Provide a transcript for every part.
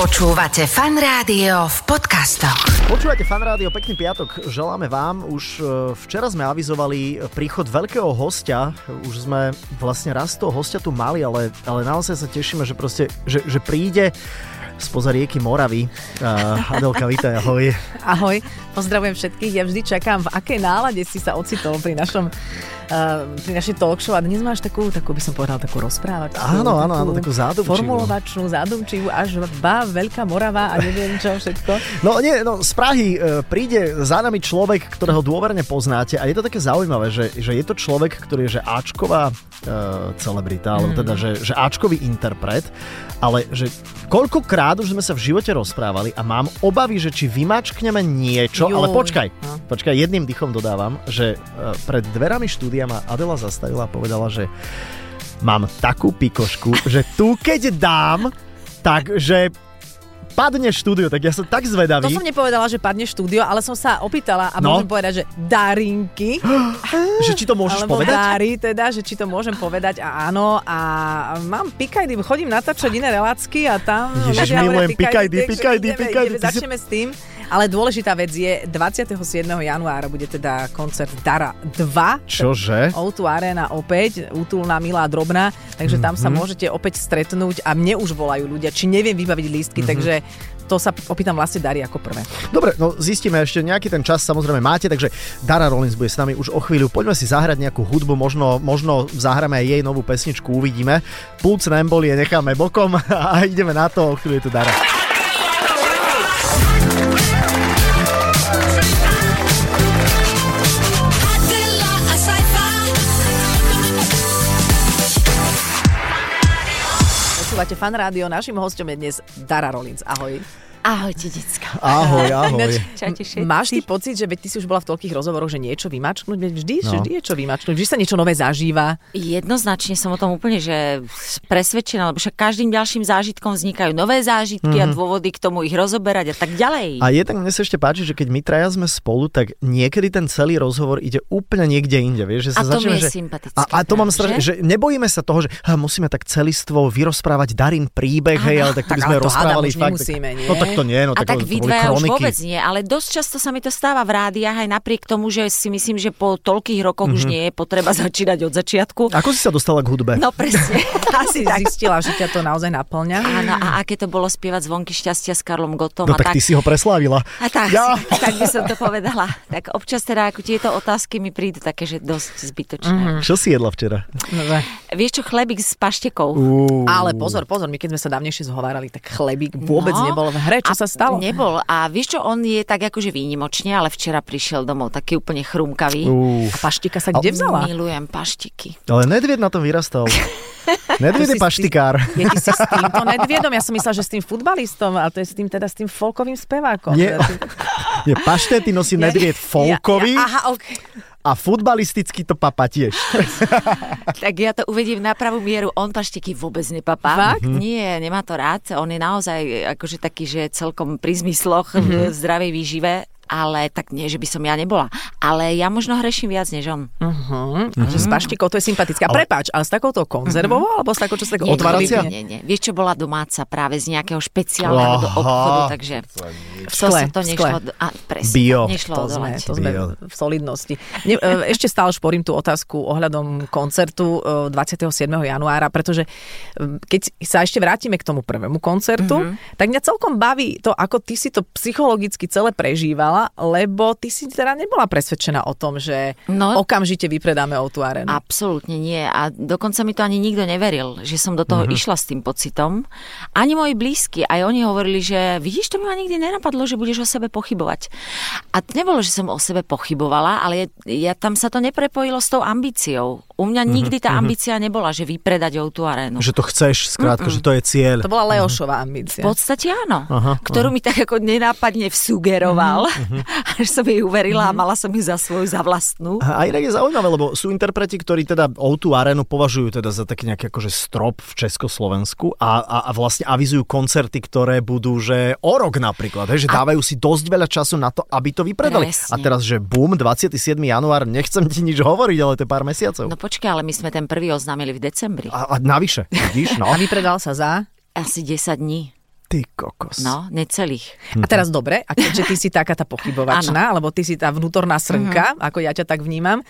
Počúvate fan rádio v podcastoch. Počúvate fan rádio, pekný piatok želáme vám. Už e, včera sme avizovali príchod veľkého hostia. Už sme vlastne raz toho hostia tu mali, ale, ale naozaj sa tešíme, že, proste, že, že príde spoza rieky Moravy. Uh, Adelka, vítaj, ahoj. Ahoj, pozdravujem všetkých. Ja vždy čakám, v akej nálade si sa ocitol pri našom uh, pri našej talk show a dnes máš takú, takú by som povedal, takú rozprávačku. Áno, áno, áno, takú zádumčivú. Formulovačnú, zádumčivú, až ba, veľká morava a neviem čo všetko. No nie, no z Prahy e, príde za nami človek, ktorého dôverne poznáte a je to také zaujímavé, že, že je to človek, ktorý je že Ačková e, celebrita, Mhm. alebo teda, že, že Ačkový interpret, ale že koľkokrát už sme sa v živote rozprávali a mám obavy, že či vymačkneme niečo, Joj. ale počkaj, No. počkaj, jedným dýchom dodávam, že e, pred dverami štúdia ma Adela zastavila a povedala, že mám takú pikošku, že tu keď dám, takže padne štúdio, tak ja som tak To zvedavý. som nepovedala, že padne štúdio, ale som sa opýtala a No. môžem povedať, že darinky, Že či to môžeš alebo povedať? dári teda, že či to môžem povedať a áno a mám pikajdy, chodím natáčať iné relácky a tam... Ježiš, ľudia hovoria milujem pikajdy, takže pikajdy, ideme, pikajdy, ideme, ty si- Začneme s tým, ale dôležitá vec je 27. januára bude teda koncert Dara 2. Čože? O2 Arena opäť, útulná, milá, drobná, takže tam Mhm. sa môžete opäť stretnúť a mne už volajú ľudia, či neviem vybaviť lístky, Mhm. takže to sa opýtam vlastne Dary ako prvé. Dobre, no zistíme ešte nejaký ten čas, samozrejme máte, takže Dara Rollins bude s nami už o chvíľu. Poďme si zahrať nejakú hudbu, možno, možno zahráme aj jej novú pesničku, uvidíme. Plúc na embolie necháme bokom a ideme na to, o chvíľu je tu Dara. Adela a Saifa. Počúvate Fan Rádio, našim hostom je dnes Dara Rollins. Ahoj. Ahojte, decka. Ahoj, ahoj. Čaute všetci. Máš ty pocit, že veď ty si už bola v toľkých rozhovoroch, že niečo vymačknúť, veď vždy, No. no. vždy je čo vymačknúť, vždy sa niečo nové zažíva. Jednoznačne som o tom úplne že presvedčená, lebo však každým ďalším zážitkom vznikajú nové zážitky Mhm. mm-hmm. a dôvody k tomu ich rozoberať a tak ďalej. A je tak, mne sa ešte páči, že keď my traja sme spolu, tak niekedy ten celý rozhovor ide úplne niekde inde, vieš, že sa A to začneme, mi je že... sympatické, teda, A, a to mám strašne, práve, že nebojíme sa toho, že ha, musíme tak celistvo vyrozprávať Darin príbeh, hej, ale tak to by Tak sme ale to hádam rozprávali už fakt. nemusíme, nie? No tak to nie, no a tak to vy boli dvaja už kroniky. vôbec nie, ale dosť často sa mi to stáva v rádiách, aj napriek tomu, že si myslím, že po toľkých rokoch Mhm. mm-hmm. už nie je potreba začínať od začiatku. Ako si sa dostala k hudbe? No presne, asi Si tak. zistila, že ťa to naozaj naplňa. Áno, a aké to bolo spievať zvonky šťastia s Karlom Gotom No a tak, tak. ty si ho preslávila. A tak, Ja. ja. tak by som to povedala. Tak občas teda ako tieto otázky mi prídu také, že dosť zbytočné. Mm-hmm. Čo si jedla včera? Dobre. Vieš čo, chlebík s paštekou. Uú. Ale pozor, pozor, my keď sme sa dávnejšie zhovárali, tak chlebík vôbec No. nebol v hre. Čo A sa stalo? Nebol. A vieš čo, on je tak akože výnimočne, ale včera prišiel domov taký úplne chrumkavý. Uú. A paštika sa kde vzala? Milujem paštiky. Ale nedvied na tom vyrastal. Ty Nedvied je si- paštikár. Ja ti si s týmto nedviedom, ja som myslela, že s tým futbalistom, a to je s tým teda s tým folkovým spevákom. Nie, Teda tým- nie, paštety nosí nedvied folkový Ja, ja, aha, okay. a futbalisticky to papa tiež. Tak ja to uvedím na pravú mieru. On paštiky vôbec nepapá. Fakt? Nie, nemá to rád. On je naozaj akože taký, že celkom pri zmysloch Mhm. v zdravej výžive ale tak nie, že by som ja nebola. Ale ja možno hreším viac než on. Mhm. Uh-huh. Mm-hmm. S paštikou to je sympatické. A prepáč, ale s takouto konzervovou, alebo s takou, čo sa tak otvárali? Otváracia? Nie, nie, nie. Vieš, čo bola domáca práve z nejakého špeciálneho do Aha. obchodu, takže v skle, sa to v nešlo, skle. do- a, presne, Bio. nešlo To sme, odolať. to sme Bio. v solidnosti. Ne, e, ešte stále šporím tú otázku ohľadom koncertu e, 27. januára, pretože e, keď sa ešte vrátime k tomu prvému koncertu, Mhm. mm-hmm. tak mňa celkom baví to, ako ty si to psychologicky celé prežívala, lebo ty si teda nebola presvedčená o tom, že no. No. okamžite vypredáme o tú arenu. Absolútne nie. A dokonca mi to ani nikto neveril, že som do toho Mhm. mm-hmm. išla s tým pocitom. Ani moji blízky, aj oni hovorili, že vidíš, to mi ma nikdy nenapadlo, že budeš o sebe pochybovať. A to nebolo, že som o sebe pochybovala, ale ja, ja tam sa to neprepojilo s tou ambíciou. U mňa Mhm, nikdy tá ambícia nebola, že vypredať o tú arénu. Že to chceš, skrátka, že to je cieľ. To bola Leošová ambícia. Mhm. V podstate áno, Aha, aha, ktorú aha. Mhm, mi tak ako nenápadne vsugeroval, až som jej uverila a mala som ju za svoju, za vlastnú. A aj tak je zaujímavé, lebo sú interpreti, ktorí teda O2 Arenu považujú teda za taký nejaký akože strop v Československu a, a, a vlastne avizujú koncerty, ktoré budú, že o rok napríklad, hej, že dávajú si dosť veľa času na to, aby to vypredali. Presne. A teraz, že bum, 27. január, nechcem ti nič hovoriť, ale to je pár mesiacov. No počkaj, ale my sme ten prvý oznámili v decembri. A, a navyše, vidíš, no. A vypredal sa za? Asi 10 dní. Ty kokos. No, necelých. A teraz dobre, a keďže ty si taká tá pochybovačná, alebo ty si tá vnútorná srnka, Mhm. ako ja ťa tak vnímam,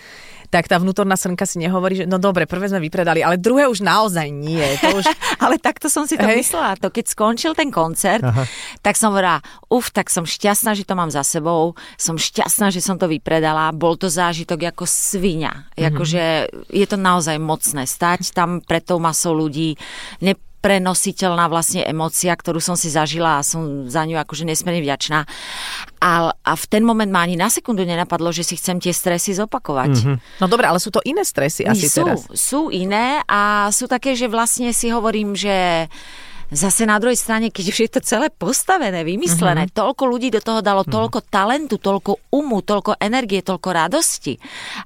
tak tá vnútorná srnka si nehovorí, že no dobre, prvé sme vypredali, ale druhé už naozaj nie. To už... Ale takto som si to Hej. myslela. To, keď skončil ten koncert, Aha. tak som hovorila, uf, tak som šťastná, že to mám za sebou, som šťastná, že som to vypredala, bol to zážitok ako svinia. Mm-hmm. Akože je to naozaj mocné stať tam pred tou masou ľudí, neprenositeľná vlastne emócia, ktorú som si zažila a som za ňu akože nesmierne vďačná. A, a v ten moment ma ani na sekundu nenapadlo, že si chcem tie stresy zopakovať. Mm-hmm. No dobre, ale sú to iné stresy asi sú, teraz. Sú iné a sú také, že vlastne si hovorím, že zase na druhej strane, keď už je to celé postavené, vymyslené, Mhm. mm-hmm. toľko ľudí do toho dalo, toľko talentu, toľko umu, toľko energie, toľko radosti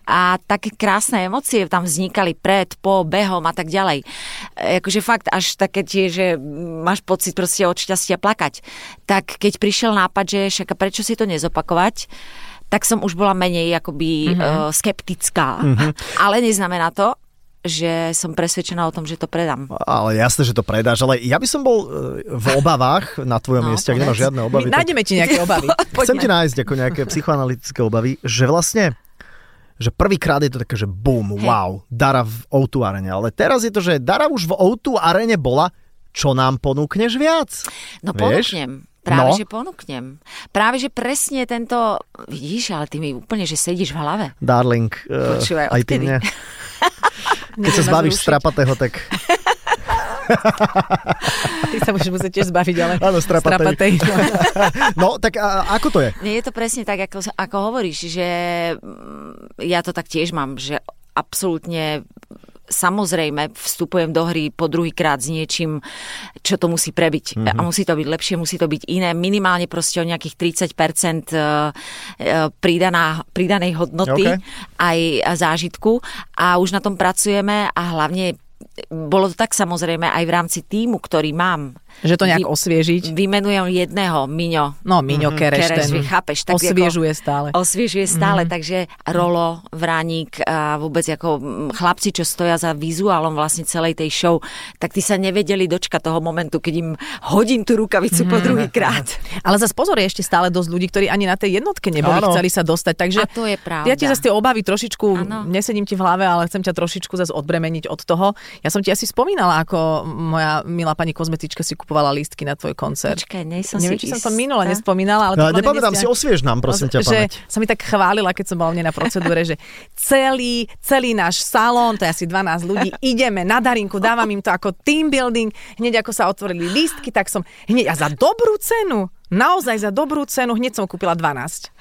a také krásne emócie tam vznikali pred, po, behom a tak ďalej. E, Akože fakt až také tie, že máš pocit proste od šťastia plakať. Tak keď prišiel nápad, že však a prečo si to nezopakovať, tak som už bola menej akoby mm-hmm. uh, skeptická. Mm-hmm. Ale neznamená to, že som presvedčená o tom, že to predám. Ale jasné, že to predáš, ale ja by som bol e, v obavách na tvojom No, no, mieste, ak nemáš povedz. žiadne My obavy. tak- nájdeme ti nejaké obavy. Chcem ti nájsť ako nejaké psychoanalytické obavy, že vlastne že prvýkrát je to také, že boom, hey. wow, Dara v O2 arene. Ale teraz je to, že Dara už v O2 arene bola, čo nám ponúkneš viac? No Vieš? ponúknem. Práve, No. no. že ponúknem. Práve, že presne tento... Vidíš, ale ty mi úplne, že sedíš v hlave. Darling, eh, Počúvaj, aj ty odkedy? mne. Keď sa zbavíš strapatého, tak Ty sa už musíte tiež zbaviť, ale Áno, strapatej. strapatej, no. No, tak a, ako to je? Nie je to presne tak, ako, ako hovoríš, že mm, ja to tak tiež mám, že absolútne samozrejme vstupujem do hry po druhýkrát s niečím, čo to musí prebiť. Mm-hmm. A musí to byť lepšie, musí to byť iné. Minimálne proste o nejakých 30% e, e, pridaná, pridanej hodnoty OK. aj zážitku. A už na tom pracujeme a hlavne bolo to tak samozrejme aj v rámci týmu, ktorý mám. Že to nejak Vy- osviežiť. Vymenujem jedného, Miňo. No, Miňo Kereš, Kereš, ten vy chápeš, tak osviežuje stále. Mhm. Osviežuje stále, mm-hmm. takže Rolo, Vraník a vôbec ako mm, chlapci, čo stoja za vizuálom vlastne celej tej show, tak tí sa nevedeli dočkať toho momentu, keď im hodím tú rukavicu Mhm. po druhý krát. Ale zase pozor, je ešte stále dosť ľudí, ktorí ani na tej jednotke neboli, Áno. chceli sa dostať. Takže A to je pravda. Ja ti zase tie obavy trošičku, Áno. nesedím ti v hlave, ale chcem ťa trošičku zase odbremeniť od toho. Ja som ti asi spomínala, ako moja milá pani kozmetička si kupovala lístky na tvoj koncert. Počkaj, nej som Neviem, si či som istá. to minula nespomínala, ale... to No, podľa mňa nepamätám si, nestia- osviež nám, prosím ťa, že pamäť. sa mi tak chválila, keď som bola u mne na procedúre, že celý, celý náš salón, to je asi 12 ľudí, ideme na darinku, dávam im to ako team building. Hneď ako sa otvorili lístky, tak som hneď a za dobrú cenu, naozaj za dobrú cenu, hneď som kúpila 12.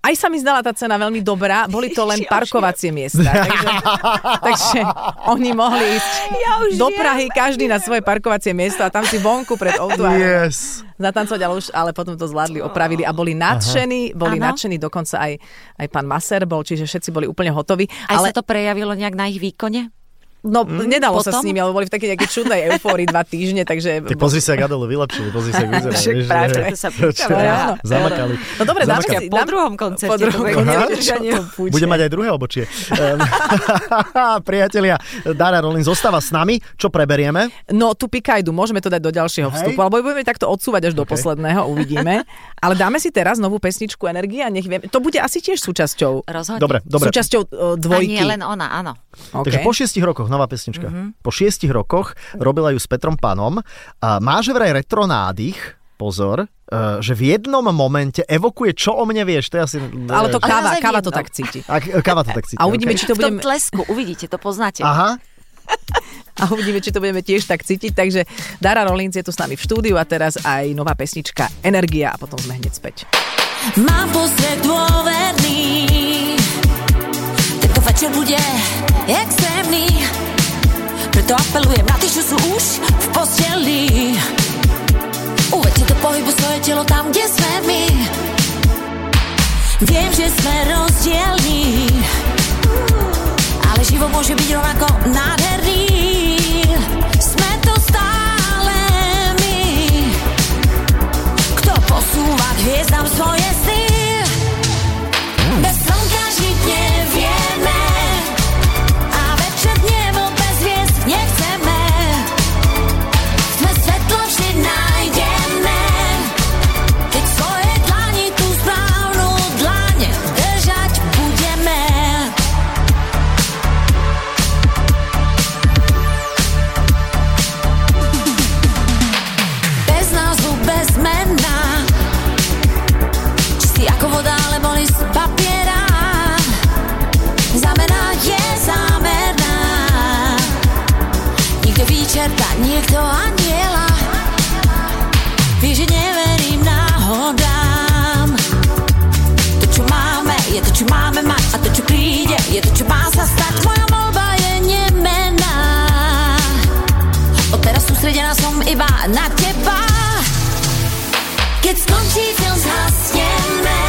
Aj sa mi zdala tá cena veľmi dobrá, boli to len Ja už parkovacie miesta. Takže, takže oni mohli ísť Ja už do viem. Prahy, každý na svoje parkovacie miesto a tam si vonku pred outuárom Yes. zatancovať, ale už ale potom to zvládli, Oh. opravili a boli nadšení, boli Áno. nadšení, dokonca aj, aj pán Maser bol, čiže všetci boli úplne hotoví. Aj ale ale... sa to prejavilo nejak na ich výkone? no, nedalo sa s potom? nimi, lebo boli v takej nejakej čudnej eufórii dva týždne, takže... Tak pozri sa, ak Adelu vylepšili, pozri sa, ak vyzerá. Však vieš, práve že- preto sa pýtam, že- áno. Zamakali. No dobre, dáme Zamakali. si... Po dáme- druhom koncerte Po to druhom bude koncerte. neudržanie. to púče. Bude mať aj druhé obočie. Ehm, Priatelia, Dara Rollins zostáva s nami. Čo preberieme? No tu pikajdu, môžeme to dať do ďalšieho Hej. vstupu, alebo budeme takto odsúvať až do posledného, uvidíme. Ale dáme si teraz novú pesničku Energia, nech viem. To bude asi tiež súčasťou, Rozhodne. Dobre, dobre. súčasťou e, A dvojky. nie len ona, áno. Takže po šiestich rokoch, nová pesnička. Mhm. Po šiestich rokoch robila ju s Petrom Panom. A máže vraj retro nádych, pozor, eh, že v jednom momente evokuje, čo o mne vieš. To je asi... Ale to Ale káva, naozaj káva v to jednom. tak cíti. A káva to tak cíti. A uvidíme, či to V tom budeme... tlesku, uvidíte, to poznáte. Aha, a uvidíme, či to budeme tiež tak cítiť. Takže Dara Rollins je tu s nami v štúdiu a teraz aj nová pesnička Energia a potom sme hneď späť. Mám pocit dôverný Tento večer bude extrémny Preto apelujem na tých, čo sú už v posteli Uvedte do pohybu svoje telo tam, kde sme my Viem, že sme rozdielní Ale život môže byť rovnako nádherný Sme to stále my kto posúva hviezdam svoje sny. Bez slnka žiť nevieme a večer nebo bez hviezd nechceme. Sme svetlo vždy nájdeme. teba, na teba Keď skončí film, zhasneme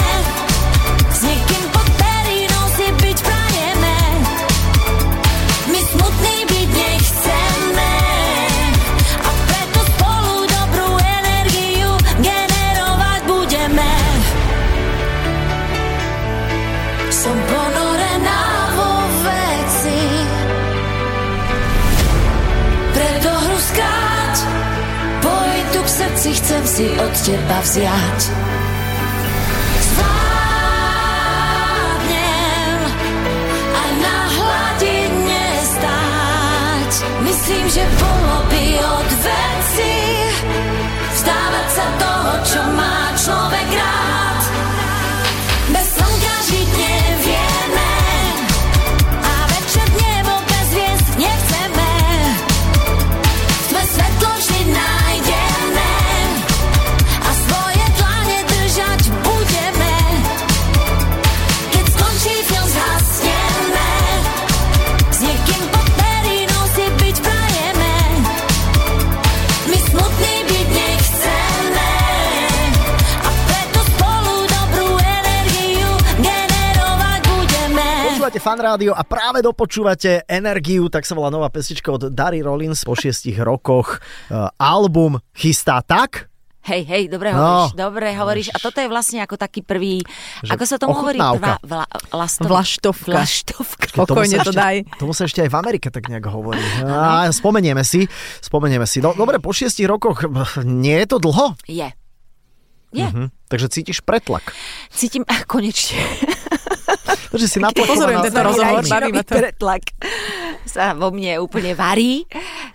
S niekým pod perinou si byť prajeme My smutný byť nechceme A preto spolu dobrú energiu generovať budeme som ponorená vo veci Preto hru skáč Pojdu k srdci, chcem si od teba vziať Zvládnem A na hladine stáť Myslím, že bolo by od veci Vzdávať sa toho, čo má človek rád bez slnka žiť nevieme A večer nebo bez hviezd nechceme V tme svetlo vždy nájdeme A svoje dlane držať budeme Keď skončí film, zhasneme S niekým pod perinou si byť prajeme My smutný byť nechceme a preto spolu dobrú energiu generovať budeme. Počúvate fan rádio a práve dopočúvate Energiu, tak sa volá nová pesnička od Dary Rollins po šiestich rokoch. Uh, album chystá tak, Hej, hej, dobre No. hovoríš, dobre hovoríš. A toto je vlastne ako taký prvý, Že ako sa tomu hovorí, ochutnávka. dva, vla, lastov, Vlaštovka. vlaštovka. Pokojne tomu sa to ešte, daj. Tomu sa ešte aj v Amerike tak nejak hovorí. A, spomenieme si, spomenieme si. No, dobre, po šiestich rokoch eh, nie je to dlho, Mhm. Je. Je. Mm-hmm. takže cítiš pretlak. Cítim, ah, konečne. Takže si naplakovaná. Pozorujem tento rozhovor, Rajči, baví ma to. pretlak sa vo mne úplne varí.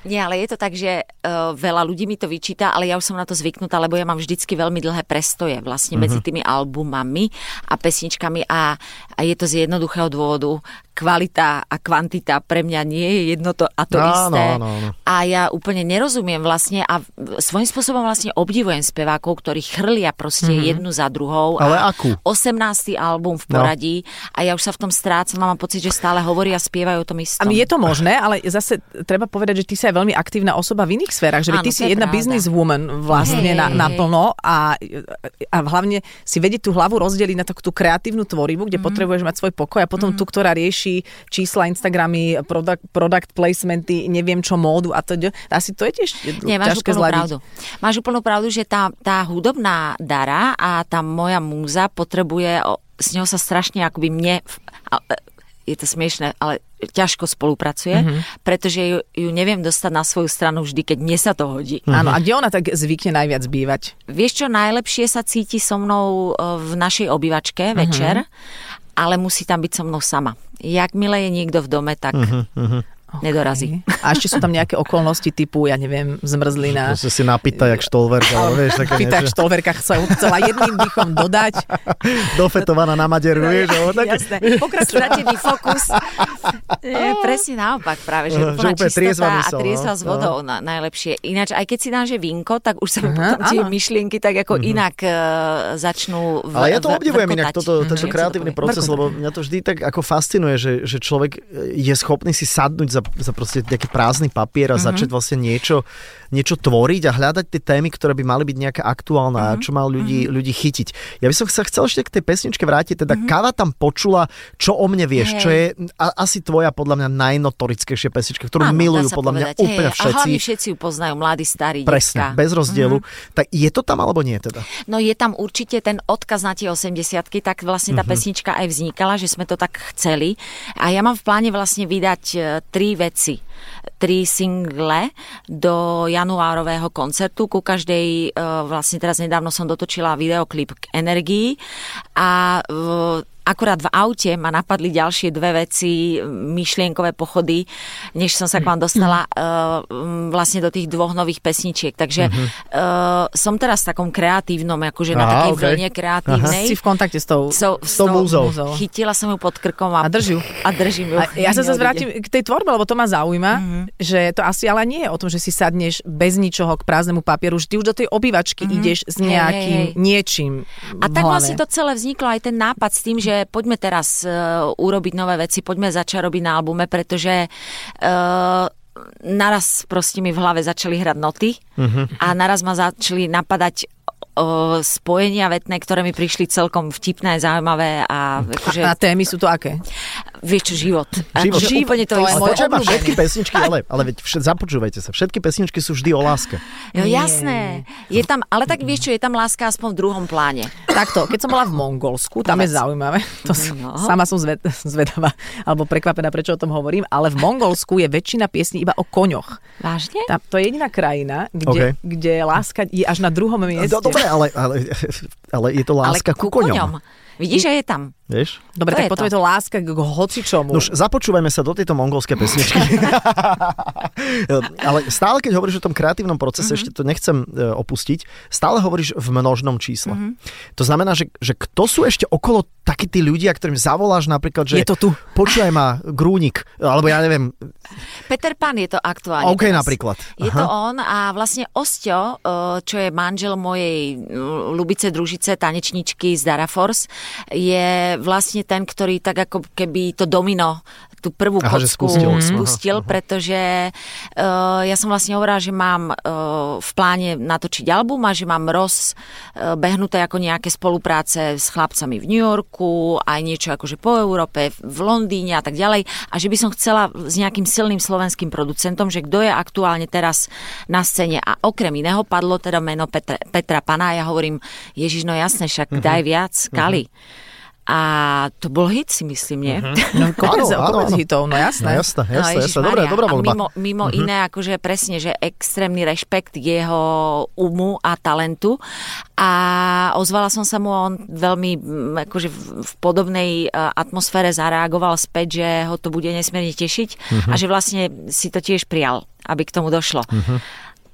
Nie, ale je to tak, že uh, veľa ľudí mi to vyčíta, ale ja už som na to zvyknutá, lebo ja mám vždycky veľmi dlhé prestoje vlastne medzi tými albumami a pesničkami a, a je to z jednoduchého dôvodu. Kvalita a kvantita pre mňa nie je jedno to a to Áno, isté. áno, áno. A ja úplne nerozumiem vlastne a v- svojím spôsobom vlastne obdivujem spevákov, ktorí chrlia proste mm-hmm. jednu za druhou. Ale a akú? 18. album v poradí a ja už sa v tom strácam a mám pocit, že stále hovoria a spievajú o tom A istom. je to možné, ale zase treba povedať, že ty si aj veľmi aktívna osoba v iných sférach, že veď Áno, ty to si je jedna pravda. businesswoman vlastne Hej. na, naplno a, a hlavne si vedieť tú hlavu rozdeliť na takú tú kreatívnu tvorivu, Mhm. kde potrebuješ mať svoj pokoj a potom tú, ktorá rieši čísla, Instagramy, product, product placementy, neviem čo, módu a to. Asi to je tiež Nie, máš ťažké úplnú zladiť. pravdu. Máš úplnú pravdu, že tá, tá hudobná dara a tá moja múza potrebuje, o- s ňou sa strašne akoby mne, v- a- e, je to smiešne, ale ťažko spolupracuje, Mhm. pretože ju, ju neviem dostať na svoju stranu vždy, keď mne sa to hodí. Áno, a kde ona tak zvykne najviac bývať? Vieš čo, najlepšie sa cíti so mnou e, v našej Mhm. obývačke večer, ale musí tam byť so mnou sama. Jak milé je niekto v dome, tak Mhm, nedorazí. A ešte sú tam nejaké okolnosti typu, ja neviem, zmrzlina. Proste si napýta, jak štolverka, ale vieš, také Pýtaš, niečo. štolverka chcel, chcela jedným dýchom dodať. Dofetovaná na maderu, vieš, alebo také, Jasné, pokračuj. Stratený fokus. Nie, E, presne naopak práve, že, Že úplná úplne triezva čistota a mysel, no. triezva s vodou na, najlepšie. Ináč, aj keď si dáš že vínko, tak už sa mi potom tie áno. myšlienky tak ako inak e, začnú v, Mhm. Ale ja to v- obdivujem vrkotať. inak, toto, Mhm. tento Jak sa to kreatívny povie? proces, lebo mňa to vždy tak ako fascinuje, že, že človek e, je schopný si sadnúť za, za proste nejaký prázdny papier Mhm. a začať vlastne niečo, niečo tvoriť a hľadať tie témy, ktoré by mali byť nejaká aktuálne Mhm. a čo mal ľudí, ľudí chytiť. Ja by som sa chcel ešte k tej pesničke vrátiť, teda Mhm. Kava tam počula, čo o mne vieš, čo je a, asi tvoja podľa mňa najnotorickejšia pesnička, ktorú Áno, dá milujú sa podľa mňa povedať. úplne Hej, A hlavne všetci. všetci Mhm. ju poznajú, mladí, starí, Presne, decka. bez rozdielu. Tak je to tam alebo nie teda? No je tam určite ten odkaz na tie 80 tak vlastne tá pesnička aj vznikala, že sme to tak chceli. A ja mám v pláne vlastne vydať e, tri veci, tri single do januárového koncertu. Ku každej, e, vlastne teraz nedávno som dotočila videoklip k Energii a e, akurát v aute ma napadli ďalšie dve veci, myšlienkové pochody, než som sa k vám dostala Mhm. eh, mm, vlastne do tých dvoch nových pesničiek. Takže Mhm. eh, som teraz v takom kreatívnom, akože na Aha, takej okej. vlne kreatívnej. Si v kontakte s tou... So, S tou múzou. Chytila som ju pod krkom A a, drž ju. A držím ju. A ja sa zase Neodíde. vrátim k tej tvorbe, lebo to ma zaujíma, Mhm. že to asi ale nie je o tom, že si sadneš bez ničoho k prázdnemu papieru, že ty už do tej obývačky ideš s Hej, nejakým Mhm. hej. niečím A v tak hlave. vlastne to celé vzniklo aj ten nápad s tým, že poďme e, teraz uh, urobiť nové veci, poďme začať robiť na albume, pretože uh, e, naraz proste mi v hlave začali hrať noty a naraz ma začali napadať o, spojenia vetné, ktoré mi prišli celkom vtipné, zaujímavé a akože, A témy sú to aké? vieš čo, život. Život. Akože úplne To to, je isté. môj Počujem, obľúbený. všetky pesničky, ale, ale veď všet, započúvajte sa, všetky pesničky sú vždy o láske. Jo, jasné. Je tam, ale tak vieš čo, je tam láska aspoň v druhom pláne. Takto, keď som bola v Mongolsku, tam je Povedz. zaujímavé, to som, No. sama som zved, zvedavá, alebo prekvapená, prečo o tom hovorím, ale v Mongolsku je väčšina piesní iba o koňoch. Vážne? Tá, to je jediná krajina, kde, OK. kde láska je až na druhom mieste. No, dobre, ale, ale, ale je to láska ale ku ku koňom. koňom. Vidíš, že je tam. Vieš? dobre to tak je potom to. je to láska k hocičomu. No už započúvajme sa do tejto mongolskej pesničky. Ale stále, keď hovoríš o tom kreatívnom procese, Mhm. mm-hmm. ešte to nechcem e, opustiť, stále hovoríš v množnom čísle. Mhm. Mm-hmm. To znamená, že, že kto sú ešte okolo takí tí ľudia, ktorým zavoláš napríklad, že Je to tu. počúvaj ma, Grúnik, alebo ja neviem, Peter Pan je to aktuálne. OK teraz. napríklad. Je to on a vlastne Osťo, eh, čo je manžel mojej eh, Lubice Družice, tanečničky z Dara Force, je vlastne ten, ktorý tak ako keby to domino tú prvú Aha, že kocku spustil. spustil, Mhm. pretože eh, ja som vlastne hovorila, že mám eh, v pláne natočiť album a že mám rozbehnuté ako nejaké spolupráce s chlapcami v New Yorku, aj niečo akože po Európe, v Londýne a tak ďalej a že by som chcela s nejakým silným slovenským producentom, že kto je aktuálne teraz na scéne a okrem iného padlo teda meno Petra, Petra Pana a ja hovorím, Ježiš, no jasne, však daj viac, Kali. A to bol hit, si myslím, nie? No, kopec, Áno, áno, kopec áno. hitov, No no jasné. jasné, jasné, jasné. Ježišmaria. Dobre, dobrá A voľba. Mhm. Mimo, mimo uh-huh. iné, akože presne, že extrémny rešpekt k jeho umu a talentu. A ozvala som sa mu, a on veľmi mm, akože v, v podobnej eh, atmosfére zareagoval späť, že ho to bude nesmierne tešiť Mhm. uh-huh. a že vlastne si to tiež prijal, aby k tomu došlo. Mhm. Uh-huh.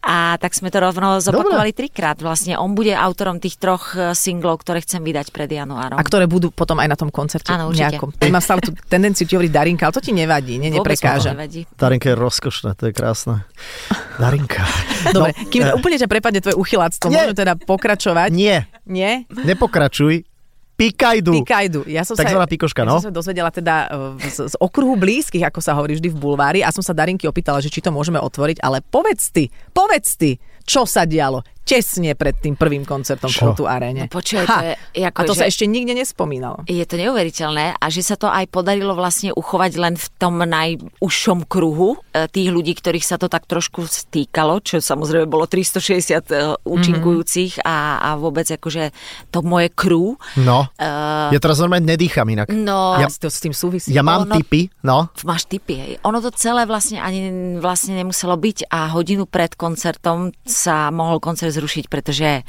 A tak sme to rovno zopakovali trikrát. Vlastne on bude autorom tých troch eh, singlov, ktoré chcem vydať pred januárom. A ktoré budú potom aj na tom koncerte Áno, určite. nejakom. Ja Mám stále tú tendenciu ti hovoriť Darinka, ale to ti nevadí, ne, Vôbec ma to neprekáža. nevadí. Darinka je rozkošná, to je krásne. Darinka. Dobre, No, kým úplne ťa prepadne tvoje uchyláctvo, Nie. môžeme teda pokračovať. Nie, Nie? nepokračuj. Pikajdu. Pikajdu. Ja som Takzvaná sa, pikoška, ja no. som sa dozvedela teda e, z, z okruhu blízkych, ako sa hovorí vždy v bulvári a som sa Darinky opýtala, že či to môžeme otvoriť, ale povedz ty, povedz ty, čo sa dialo tesne pred tým prvým koncertom v Čo? Kotu Arene. No počuj, to je- ako a to že- sa ešte nikde nespomínalo. Je to neuveriteľné a že sa to aj podarilo vlastne uchovať len v tom najúžšom kruhu e, tých ľudí, ktorých sa to tak trošku stýkalo, čo samozrejme bolo 360 e, účinkujúcich a, a vôbec akože to moje krú. No, E, ja teraz normálne nedýcham inak. No, Ja, ja, a to s tým súvisí. Ja mám Ono- tipy, no. máš typy. Hej. Ono to celé vlastne ani vlastne nemuselo byť a hodinu pred koncertom sa mohol koncert zrušiť, pretože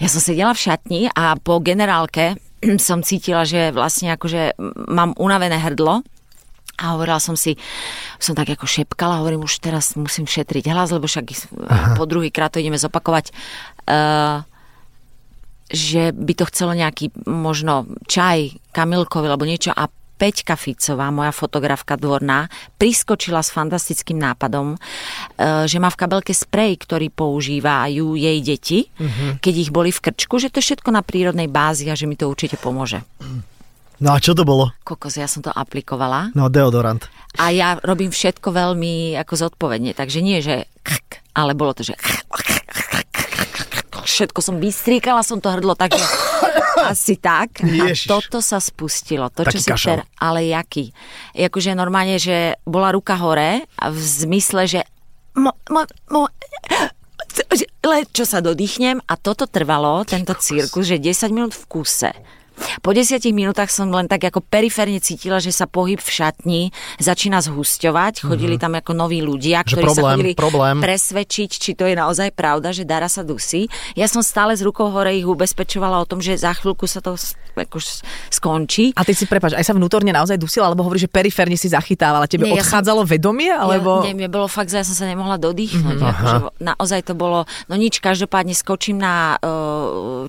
ja som sedela v šatni a po generálke som cítila, že vlastne akože mám unavené hrdlo a hovorila som si, som tak ako šepkala, hovorím už teraz musím šetriť hlas, lebo však po druhý krát to ideme zopakovať. Eh, že by to chcelo nejaký možno čaj Kamilkovi alebo niečo a Peťka Ficová, moja fotografka dvorná, priskočila s fantastickým nápadom, e, že má v kabelke sprej, ktorý používajú jej deti, keď ich boli v krčku, že to je všetko na prírodnej bázi a že mi to určite pomôže. No a čo to bolo? Kokos, ja som to aplikovala No, deodorant. a ja robím všetko veľmi ako zodpovedne, takže nie, že krk, ale bolo to, že krk, krk, krk, krk, krk. všetko som vystriekala, som to hrdlo, takže asi tak. Ježiš. A toto sa spustilo. To, čo Taký si kašel. ter, ale jaký. Jakože normálne, že bola ruka hore a v zmysle, že mo, mo, mo, len čo sa dodýchnem a toto trvalo, tento cirkus, že 10 minút v kuse. Po 10 minútach som len tak ako periférne cítila, že sa pohyb v šatni začína zhusťovať. Chodili tam ako noví ľudia, Mhm. Že ktorí problém, sa chodili problém. presvedčiť, či to je naozaj pravda, že Dara sa dusí. Ja som stále z rukou hore ich ubezpečovala o tom, že za chvíľku sa to s- ako s- skončí. A ty si, prepáč, aj sa vnútorne naozaj dusila, alebo hovoríš, že periférne si zachytávala. Tebe Nie, ja som- odchádzalo vedomie, alebo... Ja, nie, mne bolo fakt, že ja som sa nemohla dodýchnuť. Akože, naozaj to bolo... No nič, každopádne skočím na... eh,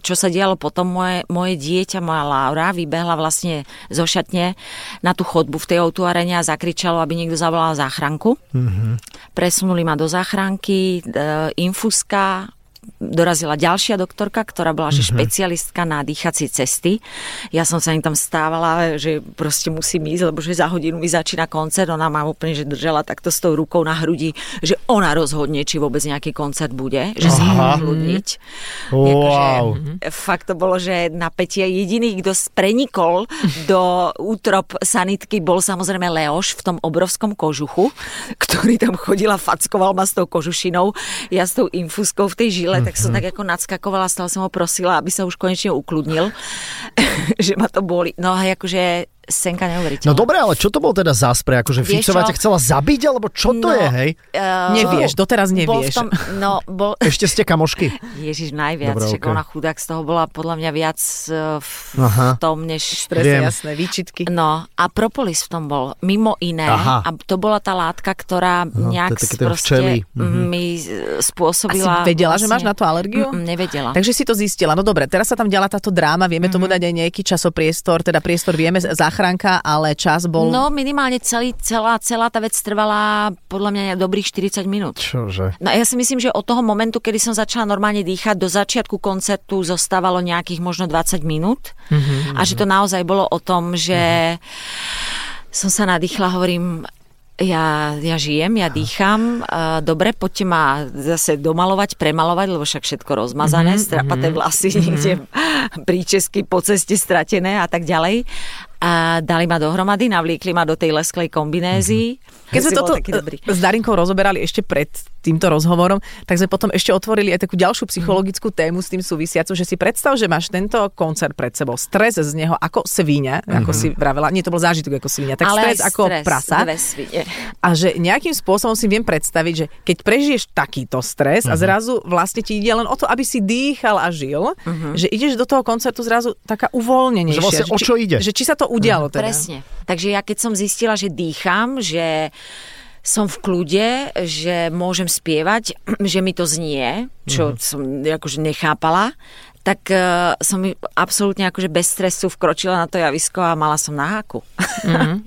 Čo sa dialo potom, moje, moje dieťa, moja Laura, vybehla vlastne zo šatne na tú chodbu v tej o arene a zakričalo, aby niekto zavolal záchranku. Presunuli ma do záchranky, e, infuska, dorazila ďalšia doktorka, ktorá bola Mhm. že špecialistka na dýchacie cesty. Ja som sa im tam stávala, že proste musím ísť, lebo že za hodinu mi začína koncert, ona ma úplne že držala takto s tou rukou na hrudi, že ona rozhodne, či vôbec nejaký koncert bude, že sa Aha. Mhm. ľudniť. mhm. Wow. Fakt to bolo, že napätie jediný, kto sprenikol do útrop sanitky, bol samozrejme Leoš v tom obrovskom kožuchu, ktorý tam chodil a fackoval ma s tou kožušinou, ja s tou infuskou v tej žile, tak Mhm. som tak ako nadskakovala, stále som ho prosila, aby sa už konečne ukludnil, že ma to boli. No a akože senka neuveriteľná. No dobre, ale čo to bol teda za sprej? Akože Vieš Ficová čo? ťa chcela zabiť, alebo čo to No, je, hej? eh, Nevieš, doteraz Bol v nevieš. tom, no, bol, Ešte ste kamošky. Ježiš, najviac, Dobre, Dobre, ok. okay. ona chudák z toho bola podľa mňa viac eh, v, Aha. v tom, než... Presne, Viem. jasné, výčitky. No a propolis v tom bol, mimo iné. Aha. A to bola tá látka, ktorá to je nejak také ten Mhm. proste včelí. mm, mi eh, Asi spôsobila... vedela, že máš na to alergiu? Mm, mm, nevedela. Mhm. Takže si to zistila. No dobre, teraz sa tam diala táto dráma, vieme tomu dať aj nejaký časopriestor, teda priestor vieme, z- záchranka, ale čas bol... No minimálne celý, celá, celá tá vec trvala podľa mňa dobrých 40 minút. Čože? No a ja si myslím, že od toho momentu, kedy som začala normálne dýchať, do začiatku koncertu zostávalo nejakých možno 20 minút. Mm-hmm, a že to naozaj bolo o tom, že mm-hmm. som sa nadýchla, hovorím, ja, ja žijem, ja dýcham, uh, dobre, poďte ma zase domalovať, premalovať, lebo však všetko rozmazané, mm-hmm, strapaté vlasy, mm-hmm. niekde príčesky po ceste stratené a tak ďalej. A dali ma dohromady, navliekli ma do tej lesklej kombinézy. Keď sme Si bol toto taký dobrý. e, s Darinkou rozoberali ešte pred týmto rozhovorom, tak sme potom ešte otvorili aj takú Mhm. ďalšiu psychologickú tému s tým súvisiacu, že si predstav, že máš tento koncert pred sebou, stres z neho ako svíňa, ako si vravela, nie to bol zážitok ako svíňa, tak Mhm. Ale aj stres ako stres, prasa. Teda. Dve svine. A že nejakým spôsobom si viem predstaviť, že keď prežiješ takýto stres Mhm. a zrazu vlastne ti ide len o to, aby si dýchal a žil, Mhm. že ideš do toho koncertu zrazu taká uvoľnenejšia. Že vlastne o čo či, ide? Že či sa to udialo teda. Mhm. Presne. Takže ja keď som zistila, že dýcham, že som v kľude, že môžem spievať, že mi to znie, čo som akože nechápala, tak uh, som absolútne akože bez stresu vkročila na to javisko a mala som na háku.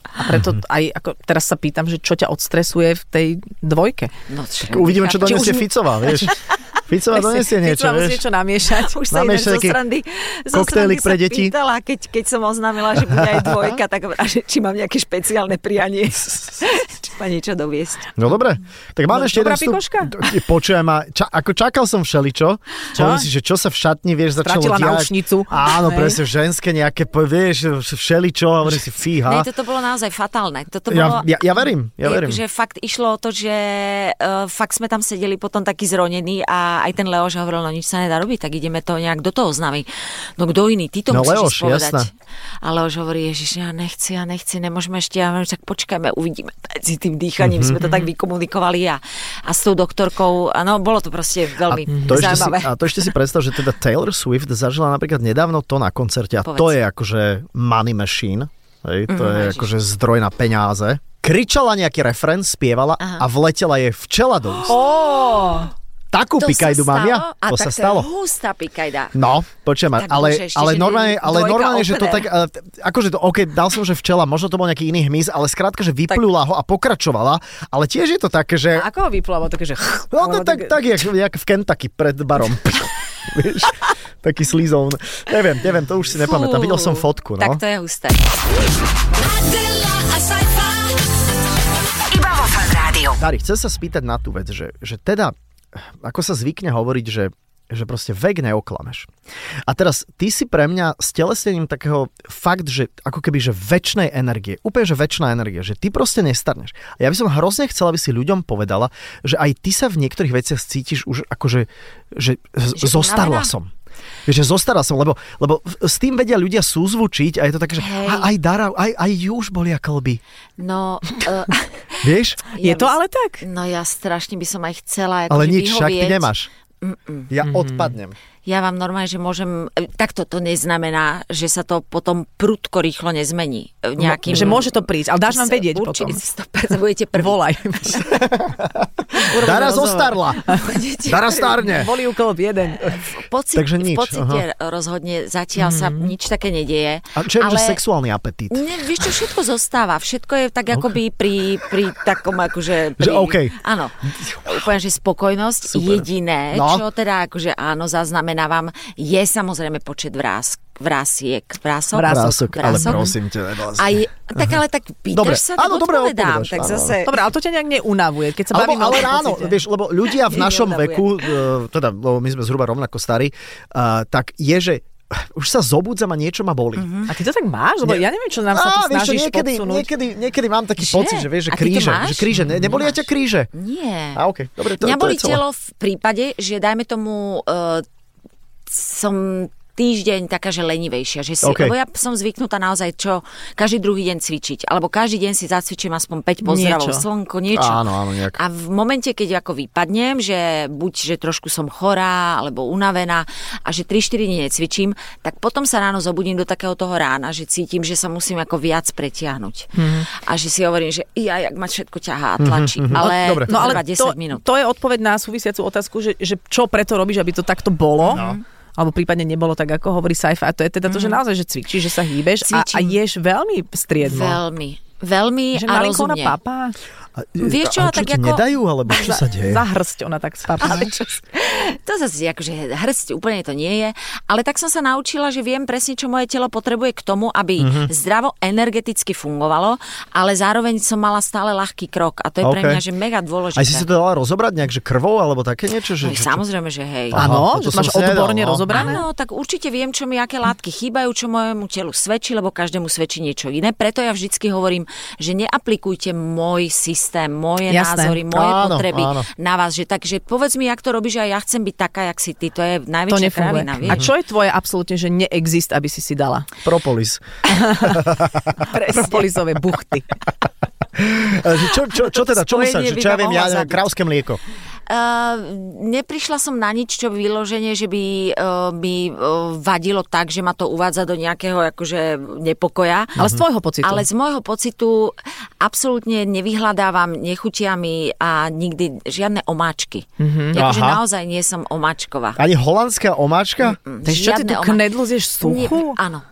A preto Mhm. aj ako, teraz sa pýtam, že čo ťa odstresuje v tej dvojke. No, čo, Uvidíme, čo nechápem. donesie už- Ficová, vieš? Ficová donesie Ty niečo, sa musí vieš? niečo namiešať. Už sa ináč Namiešaj zo taký srandy, zo koktejlik srandy pre sa deti. pýtala, keď, keď som oznámila, že bude aj dvojka, tak a že, či mám nejaké špeciálne prianie, či ma niečo doviesť. No dobre, tak máme No, ešte jeden dobrá vstup. pikoška? D- Počujem ma, ča, ako čakal som všeličo. Čo? Hovorím si, že čo sa v šatni, vieš, začalo Stratila diať. náušnicu. Áno, Hej. presne, ženské nejaké, po- vieš, všeličo, hovorím si, Ne, fíha. toto bolo naozaj fatálne. Toto Ja, bolo, ja, ja verím, ja verím. Že fakt išlo o to, že uh, fakt sme tam sedeli potom taký zronení a aj ten Leoš hovoril, no nič sa nedá robiť, tak ideme to nejak do toho oznámiť. No kto iný, ty to No, musíš Leoš, ísť povedať. jasné. A Leoš hovorí, ježiš, ja nechci, ja nechci, nemôžeme ešte, ja hovorím, tak počkajme, uvidíme. Medzi tým Mhm. dýchaním sme to tak vykomunikovali a, a s tou doktorkou, a no bolo to proste A veľmi to, ešte si, zaujímavé. a to ešte si predstav, že teda Taylor Swift zažila napríklad nedávno to na koncerte a to Povedz. je akože money machine, hej, to Mhm, je ježiš. akože zdroj na peniaze. Kričala nejaký refren, spievala a Aha. vletela jej včela do úst. Oh, Takú To sa pikajdu mám stalo? ja, A to tak sa stalo. je hustá pikajda. No, počujem, ma, Tak bože, ale, ešte, ale že normálne, nie- ale dvojka normálne, že to operé. tak, ale, akože to, ok, dal som, že včela, možno to bol nejaký iný hmyz, ale skrátka, že vyplula ho a pokračovala, ale tiež je to také, že... a ako ho vyplavo? Také, že... No to tak, tak jak, jak v Kentucky pred barom. Vieš, taký slizón. Neviem, neviem, to už si nepamätám. Videl som fotku, no. Tak to je husté. Adela a Saifa. Iba vo Fan Rádiu. Dari, chcem sa spýtať na tú vec, že, že teda, ako sa zvykne hovoriť, že že proste vek neoklameš. A teraz, ty si pre mňa stelesnením takého fakt, že ako keby, že väčšnej energie, úplne, že väčšná energie, že ty proste nestarneš. A ja by som hrozne chcela, aby si ľuďom povedala, že aj ty sa v niektorých veciach cítiš už akože, že, že Že zostarla unavená? som. Vieš, že zostarla som, lebo, lebo s tým vedia ľudia súzvučiť a je to také, že Hej. a, aj Dara, aj, aj ju už bolia klby. No, uh, Vieš? Je to ale tak. No ja strašne by som aj chcela. Ale akože nič, však ty vyhovieť. nemáš. Ja odpadnem. Ja vám normálne, že môžem... e, Takto to neznamená, že sa to potom prudko rýchlo nezmení. e, No, Nejakým... Že môže to prísť, ale dáš nám vedieť Určite, potom. 100% budete prvý. Volaj. Urobíme Dara rozhovor. zostarla. Dara starne. Boli úklop jeden. Pocit, Takže nič, Mhm. v pocite rozhodne zatiaľ sa nič také nedieje. A čo je ale... ale... sexuálny apetít? Ne, vieš čo, všetko zostáva. Všetko je tak akoby pri, pri takom akože... Že Pri, OK. Áno. Úplne, že spokojnosť. Super. Jediné, No. no. čo teda akože áno, zaznamenávam, je samozrejme počet vrás, vrásiek. Vrások? Vrások, ale Vrások. prosím ťa. vlastne. A je, tak ale tak pýtaš Dobre, sa, tak áno, dobre odpovedám. odpovedaš, tak áno, zase... Dobre, ale to ťa nejak neunavuje, keď sa Alebo, bavíme ale o tom ráno, pocite. vieš, lebo ľudia v Nie, našom neodľavuje. veku, e, teda, lebo my sme zhruba rovnako starí, a, tak je, že už sa zobudzam a niečo ma boli. Mhm. Mm-hmm. A ty to tak máš? Lebo ja neviem, čo nám sa tu snažíš niekedy, podsunúť. niekedy, niekedy mám taký Že? pocit, že vieš, že A ty to kríže, máš? Mm. že kríže, ne, nebolia Nemáš. ťa kríže. Nie. A okej, dobre, to, Mňa to boli je celé. telo v prípade, že dajme tomu, uh, som týždeň taká, že lenivejšia. Že si, OK. okay. Lebo ja som zvyknutá naozaj čo, každý druhý deň cvičiť. Alebo každý deň si zacvičím aspoň 5 pozdravov, Niečo. niečo. slnko, niečo. Áno, áno, nejak. A v momente, keď ako vypadnem, že buď, že trošku som chorá, alebo unavená a že 3-4 dní necvičím, tak potom sa ráno zobudím do takého toho rána, že cítim, že sa musím ako viac pretiahnuť. Mhm. A že si hovorím, že ja, jak ma všetko ťahá a tlačí. Ale, No, dobre. no, ale 10 to, minút. to je odpoveď na súvisiacu otázku, že, že čo preto robíš, aby to takto bolo? No. Alebo prípadne nebolo tak, ako hovorí Saifa. A to je teda to, že naozaj, že cvičíš, že sa hýbeš a, a Mm. Cvičím. ješ veľmi No. striedmo. Veľmi. Veľmi že a malinko ona rozumne. papá, A, Vieš čo, a ti tak ako- nedajú, alebo čo sa deje? zahrsť ona tak spapá. Ale čo, to zase je akože hrst úplne to nie je, ale tak som sa naučila, že viem presne, čo moje telo potrebuje k tomu, aby zdravo energeticky fungovalo, ale zároveň som mala stále ľahký krok a to je pre OK. mňa že Aj mega dôležité. si si to dala rozobrať nejak, že krvou, alebo také niečo? Že, Aj, Samozrejme, že hej. Aha, Áno, to som že si máš nedal, odborne no. rozobrané. Áno, tak určite viem, čo mi aké látky chýbajú, čo mojemu telu svedčí, lebo každému svedčí niečo iné. Preto ja vždycky hovorím, že neaplikujte môj systém, moje Jasné. názory, moje Áno, potreby áno. na vás. Že, takže povedz mi, jak to robíš a ja chcem byť taká, jak si ty. To je To najväčšia nefunguje. kravina. A vieš. čo je tvoje absolútne, že neexist, aby si si dala? Propolis. Propolisové buchty. E, že Čo, čo, čo teda, čomu sa, Spojenie že, čo ja viem, ja vybavovalo neviem, zábyt. krauské mlieko. Uh, neprišla som na nič, čo by vyloženie, že by uh, mi uh, vadilo tak, že ma to uvádza do nejakého akože nepokoja. Ale z tvojho pocitu. Ale z môjho pocitu absolútne nevyhľadávam nechutiami a nikdy žiadne omáčky. Mm-hmm. Mhm. Akože Aha. naozaj nie som omáčková. Ani holandská omáčka? Mm, Takže čo ty tu Žiadne oma- knedlu zješ suchú? áno.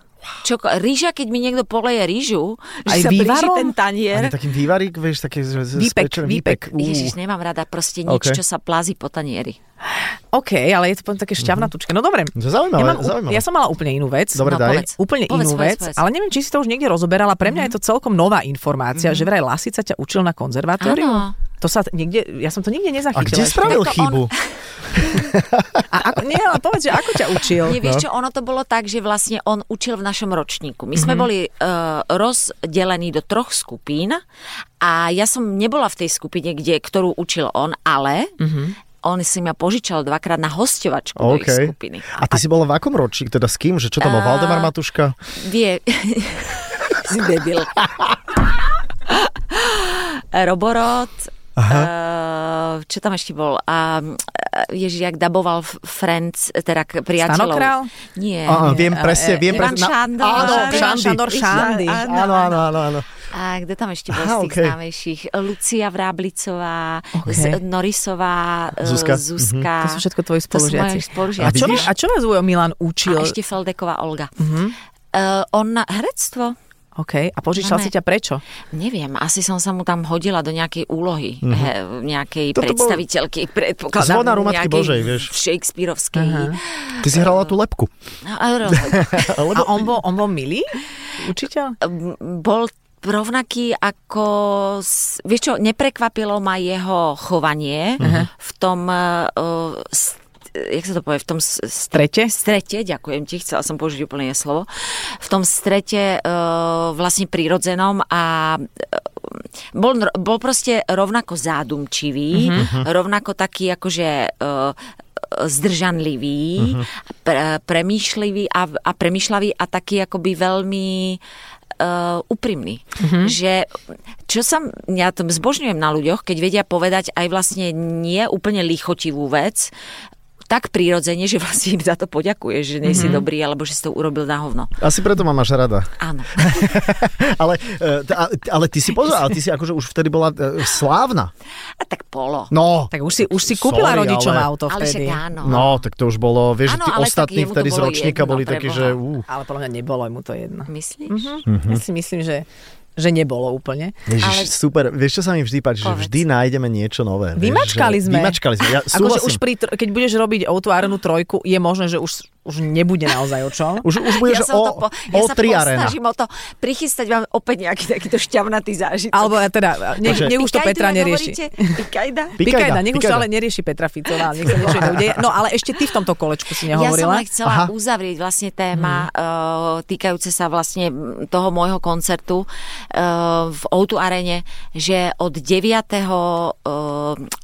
Čo, rýža, keď mi niekto poleje rýžu, Aj že sa blíži vývarom? ten tanier. Ani taký vývarík, vieš, taký z- z- Výpek, spečený výpek. Ú. Ježiš, nemám rada proste OK. nič, čo sa plazí po tanieri. OK, ale je to poviem, také šťavnatučké. No dobre. Mhm. To je zaujímavé, ja, mám, ú- zaujímavé. ja som mala úplne inú vec. Dobre, No, daj. povedz. Úplne Povedz, inú povedz, vec, povedz. Mhm. ale neviem, či si to už niekde rozoberala. Pre mňa je to celkom nová informácia, že vraj Lasica ťa učil na konzervatóriu. Áno. To sa t- niekde, ja som to nikde A nezachytila. kde ešte. spravil Veď No to on- chybu? A ako, nie, ale povedz, že ako ťa No. učil? Nie, vieš čo, ono to bolo tak, že vlastne on učil v našom ročníku. My Mhm. sme boli uh, rozdelení do troch skupín a ja som nebola v tej skupine, kde, ktorú učil on, ale on si ma požičal dvakrát na hostovačku do Mhm. ich OK. skupiny. A ty si bola v akom ročníku? Teda s kým? Že čo tam bol? A- Valdemar Matuška? Vie... si debil. Roborod, Uh, čo tam ešte bol? A e, Ježiš, jak daboval f- Friends, teda k- priateľov. Stanokrál? Nie. Á, nie. viem presne, viem Ivan presne. na- Šandor. Áno, Ivan Šandy. Šandor Šandy. Áno, áno, áno, áno. A kde tam ešte bol Aha, z tých okej. známejších? Lucia Vráblicová, Okej. z, Norisová, e, Zuzka. Zuzka. Mhm. To sú všetko tvoji To sú moje spolužiaci. spolužiaci. A čo, vás- a čo vás Ujo Milan učil? A ešte Feldeková Olga. Mhm. Uh, on na herectvo? OK, a požičal si Máme- ťa prečo? Neviem, asi som sa mu tam hodila do nejakej úlohy, he, Mhm. nejakej Toto bol- predstaviteľky, predpokladám. Zvonár u Matky nejakej Božej, vieš. Shakespearovskej. Ty si hrala tú lepku. No, ale rozhodne. A on bol, on bol milý? Učiteľ? m- bol rovnaký ako... s- Vieš čo, neprekvapilo ma jeho chovanie v tom... Uh, s- jak sa to povie, v tom s- s- Trete? strete, ďakujem ti, chcela som použiť úplne je slovo, v tom strete uh, vlastne prírodzenom a eh, bol, bol proste rovnako zádumčivý, rovnako taký akože eh, zdržanlivý, pre, premýšlivý a, a premýšľavý a taký akoby veľmi Uh, úprimný. Že, čo sa, m- ja to zbožňujem na ľuďoch, keď vedia povedať aj vlastne nie úplne lichotivú vec, tak prírodzene, že vlastne im za to poďakuje, že nie si dobrý, alebo že si to urobil na hovno. Asi preto ma máš rada. Áno. Ale, e, t- a- ale ty si pozor, ale ty si akože už vtedy bola e, slávna. A tak polo. No. Tak už si, už si kúpila Sorry, rodičom ale- auto ale však vtedy. áno. No, tak to už bolo, vieš, tí Áno, ale tak ostatní jemu to vtedy z bolo ročníka jedno, boli takí, preboha. že... Uh, Ale podľa mňa nebolo mu to jedno. Myslíš? Mhm. Ja si myslím, že, že nebolo úplne. Ježiš, ale... Ale- super. Vieš, čo sa mi vždy páči? Že Povedz. vždy nájdeme niečo nové. vieš, Vymačkali že- sme. Vymačkali sme. Ja Akože súhlasím. už pri, tr- keď budeš robiť outvárnu trojku, je možné, že už, už nebude naozaj o čom. Už, už budeš ja sa, o, o, to po, ja o sa tri arena. snažím o to prichystať vám opäť nejaký takýto šťavnatý zážitok. Alebo ja teda, nech, Takže- nech už to Pikajdu Petra nám nerieši. hovoríte? Pikajda? Pikajda, Pikajda, nech už to pikajda. ale nerieši Petra Ficová, ale nech sa niečo iné udeje. No ale ešte ty v tomto kolečku si Ja som nehovorila. len chcela Aha. Mhm. uzavrieť vlastne téma eh, týkajúce sa vlastne mm, toho môjho koncertu eh, v O2 Arene, že od 9. eh,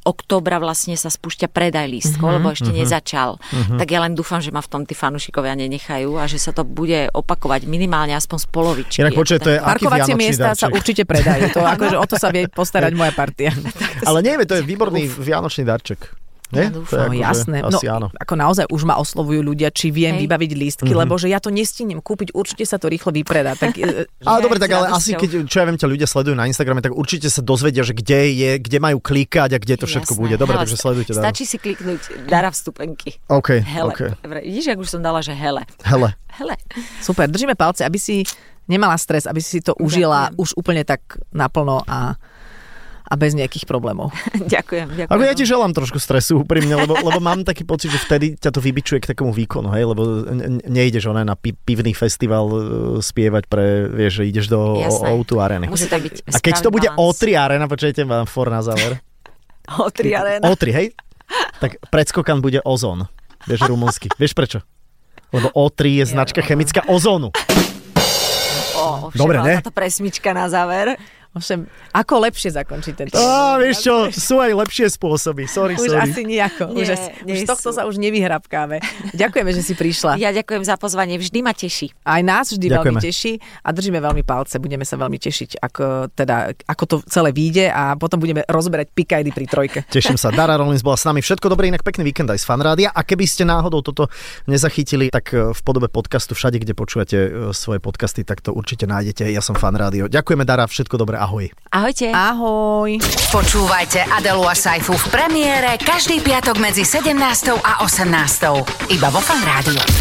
oktobra vlastne sa spúšťa predaj lístkov, Mhm, lebo ešte nezačal. Tak ja len dúfam, že ma v tom tí fanúšikovia nenechajú a že sa to bude opakovať minimálne aspoň z polovičky. Inak počuje, to je aký Parkovacie vianočný miesta sa darček. určite predajú. To, akože, o to sa vie postarať moja partia. Ale nie, to je výborný vianočný darček. Nie? To Ja je dúfam, akože jasné. Asi no, áno. Mhm. Ako naozaj už ma oslovujú ľudia, či viem Hej. vybaviť lístky, lebo že ja to nestihnem kúpiť, určite sa to rýchlo vypredá. Tak, e, e, Ale Ja dobre, aj tak s ale radosťou. asi keď, čo ja viem, ťa ľudia sledujú na Instagrame, tak určite sa dozvedia, že kde je, kde majú klikať a kde to všetko Jasné. bude. Dobre, Hele, takže sta- sledujte. Dara. Stačí si kliknúť Dara vstupenky. OK, Hele. OK. Dobre, Vidíš, ak už som dala, že hele. Hele. Hele. Super, držíme palce, aby si nemala stres, aby si si to užila Ďakujem. už úplne tak naplno a, a bez nejakých problémov. ďakujem, ďakujem. Ako ja ti želám trošku stresu úprimne, lebo, lebo mám taký pocit, že vtedy ťa to vybičuje k takému výkonu, hej, lebo n- n- nejdeš ona na pi- pivný festival e, spievať pre, vieš, že ideš do Jasné. o- O2 areny. Musí to byť A keď to správny bude balans. O3 arena, počujete, mám for na záver. O tri arena. O3, hej? Tak predskokan bude ozón. Vieš, rumúnsky. Vieš prečo? Lebo O3 je značka chemická ozónu. O, ovšem, Dobre, ale ne? Táto presmička na záver. Ovšem, ako lepšie zakončiť tento Á, vieš čo, sú aj lepšie spôsoby. Sorry, Už sorry. asi nejako. Nie, už, asi, nie už z tohto sú. sa už nevyhrabkáme. Ďakujeme, že si prišla. Ja ďakujem za pozvanie, vždy ma teší. Aj nás vždy Ďakujeme. veľmi Ďakujeme. teší a držíme veľmi palce. Budeme sa veľmi tešiť, ako, teda, ako to celé vyjde a potom budeme rozberať pikajdy pri trojke. Teším sa. Dara Rollins bola s nami. Všetko dobré, inak pekný víkend aj z fanrádia. A keby ste náhodou toto nezachytili, tak e, v podobe podcastu všade, kde počúvate e, svoje podcasty, tak to určite nájdete. Ja som fanrádio. Ďakujeme Dara, všetko dobré, ahoj. Ahojte. Ahoj! Počúvajte Adelu a Saifu v premiére každý piatok medzi 17. a 18. Iba vo Fan Rádiu.